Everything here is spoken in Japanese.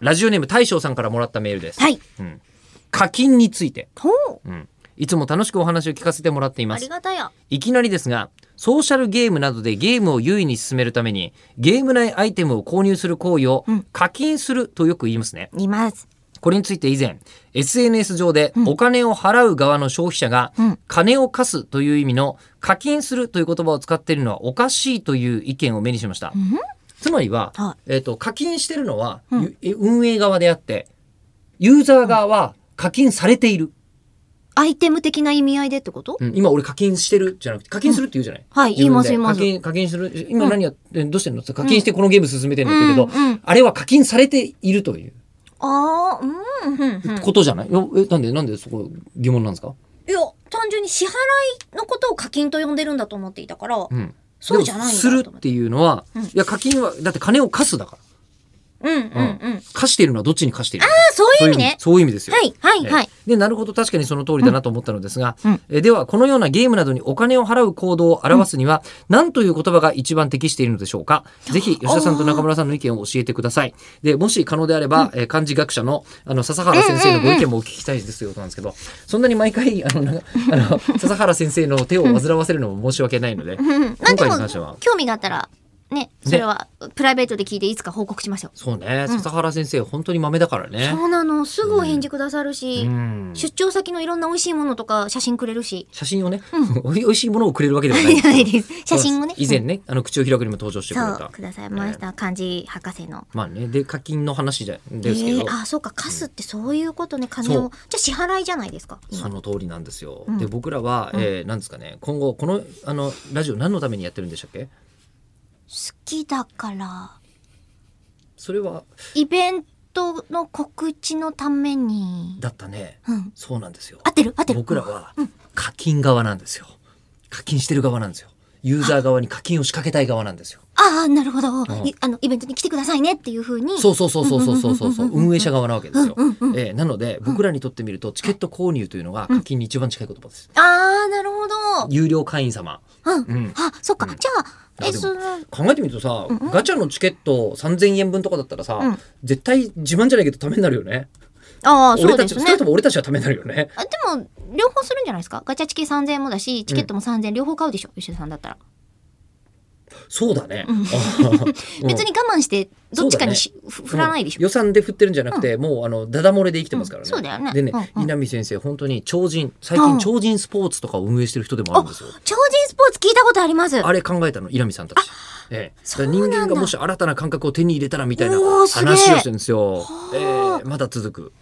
ラジオネーム大将さんからもらったメールです。はい。うん、課金について、ほう。うん、いつも楽しくお話を聞かせてもらっていあまりす。がたや。いきなりですが、ソーシャルゲームなどでゲームを優位に進めるために、ゲーム内アイテムを購入する行為をうん課金するとよく言いますね。います。これについて以前、SNS 上でお金を払う側の消費者がうん、金を貸すという意味の課金するという言葉を使っているのはおかしいという意見を目にしました。んつまりは、はえっと課金してるのは、うんゆえ運営側であって、ユーザー側は課金されている。アイテム的な意味合いでってことうん今俺課金してるじゃなくて課金するって言うじゃない、はい自分で言います言いま課金す課金する今何やって、どうしてんのって課金してこのゲーム進めてんのって言うけど、うんうんあれは課金されているというああ、うん、うん、うん。いことじゃない、よえなんでなんでそこ疑問なんですか、や、単純に支払いのことを課金と呼んでるんだと思っていたから、うん、そうじゃないんだすなると思っってて。いうのは、うんいや課金はだって金を貸すだからうん、うん、うん。あ貸しているのはどっちに貸しているのかあ、そういう意味ね。そういう意味ですよ。はい、はい、はい。でなるほど確かにその通りだなと思ったのですが、うんえではこのようなゲームなどにお金を払う行動を表すには、何という言葉が一番適しているのでしょうかぜひ吉田さんと中村さんの意見を教えてくださいでもし可能であれば、えー漢字学者のあの笹原先生のご意見もお聞きしたいですということなんですけど、そんなに毎回あの なあの笹原先生の手を煩わせるのも申し訳ないので、うん。まあ今で回に関してはも、興味があったら、ね、それは、プライベートで聞いていつか報告しましょう。そうね笹原先生、本当に豆だからねそ。うなの、すぐお返事くださるし、うん出張先のいろんな美味しいものとか写真くれるし。写真をね、 おい美味しいものをくれるわけではない じゃないです。写真をね。以前ね、あの口を開くにも登場してくれそたう、くださいました。漢字博士の。まあねで課金の話じゃえですけど、ー、あ、そうか、貸すってそういうことね、金そうを。じゃあ支払いじゃないですか。今その通りなんですよ、うんで僕らは、えーなんですかね今後このあのラジオ何のためにやってるんでしたっけ好きだからそれはイベントの告知のために、だったねうん、そうなんですよ合ってる合ってる僕らは課金側なんですよ課金してる側なんですよユーザー側に課金を仕掛けたい側なんですよああなるほど、んいあのイベントに来てくださいねっていうふうにそうそうそうそうそうそうそう そう運営者側なわけですよ、うんうんうんえーなので僕らにとってみるとチケット購入というのが課金に一番近い言葉です、ああなるほど、有料会員様ううんんあそっか、うんじゃああでえもその考えてみるとさ、ガチャのチケット3000円分とかだったらさ、うん絶対自慢じゃないけどためになるよねああそ俺うたでちす少ねなくとも俺たちはためになるよねあでも両方するんじゃないですかガチャチケ3000円もだしチケットも3000円両方買うでしょ、吉田さんだったら、そうだね、 別に我慢してどっちかにし、ふうん振らないでしょ、予算で振ってるんじゃなくて、もうあのダダ漏れで生きてますからね、うんそうだよねでね、うんうん稲見先生本当に超人最う近ん超人スポーツとかを運営してる人でもあるんですよ超人スポーツ聞いたことありますあれ考えたの稲見さんたち。ええ、だから人間がもし新たな感覚を手に入れたらみたいなおーすげえ話をしてるんですよ。はえあえまだ続く。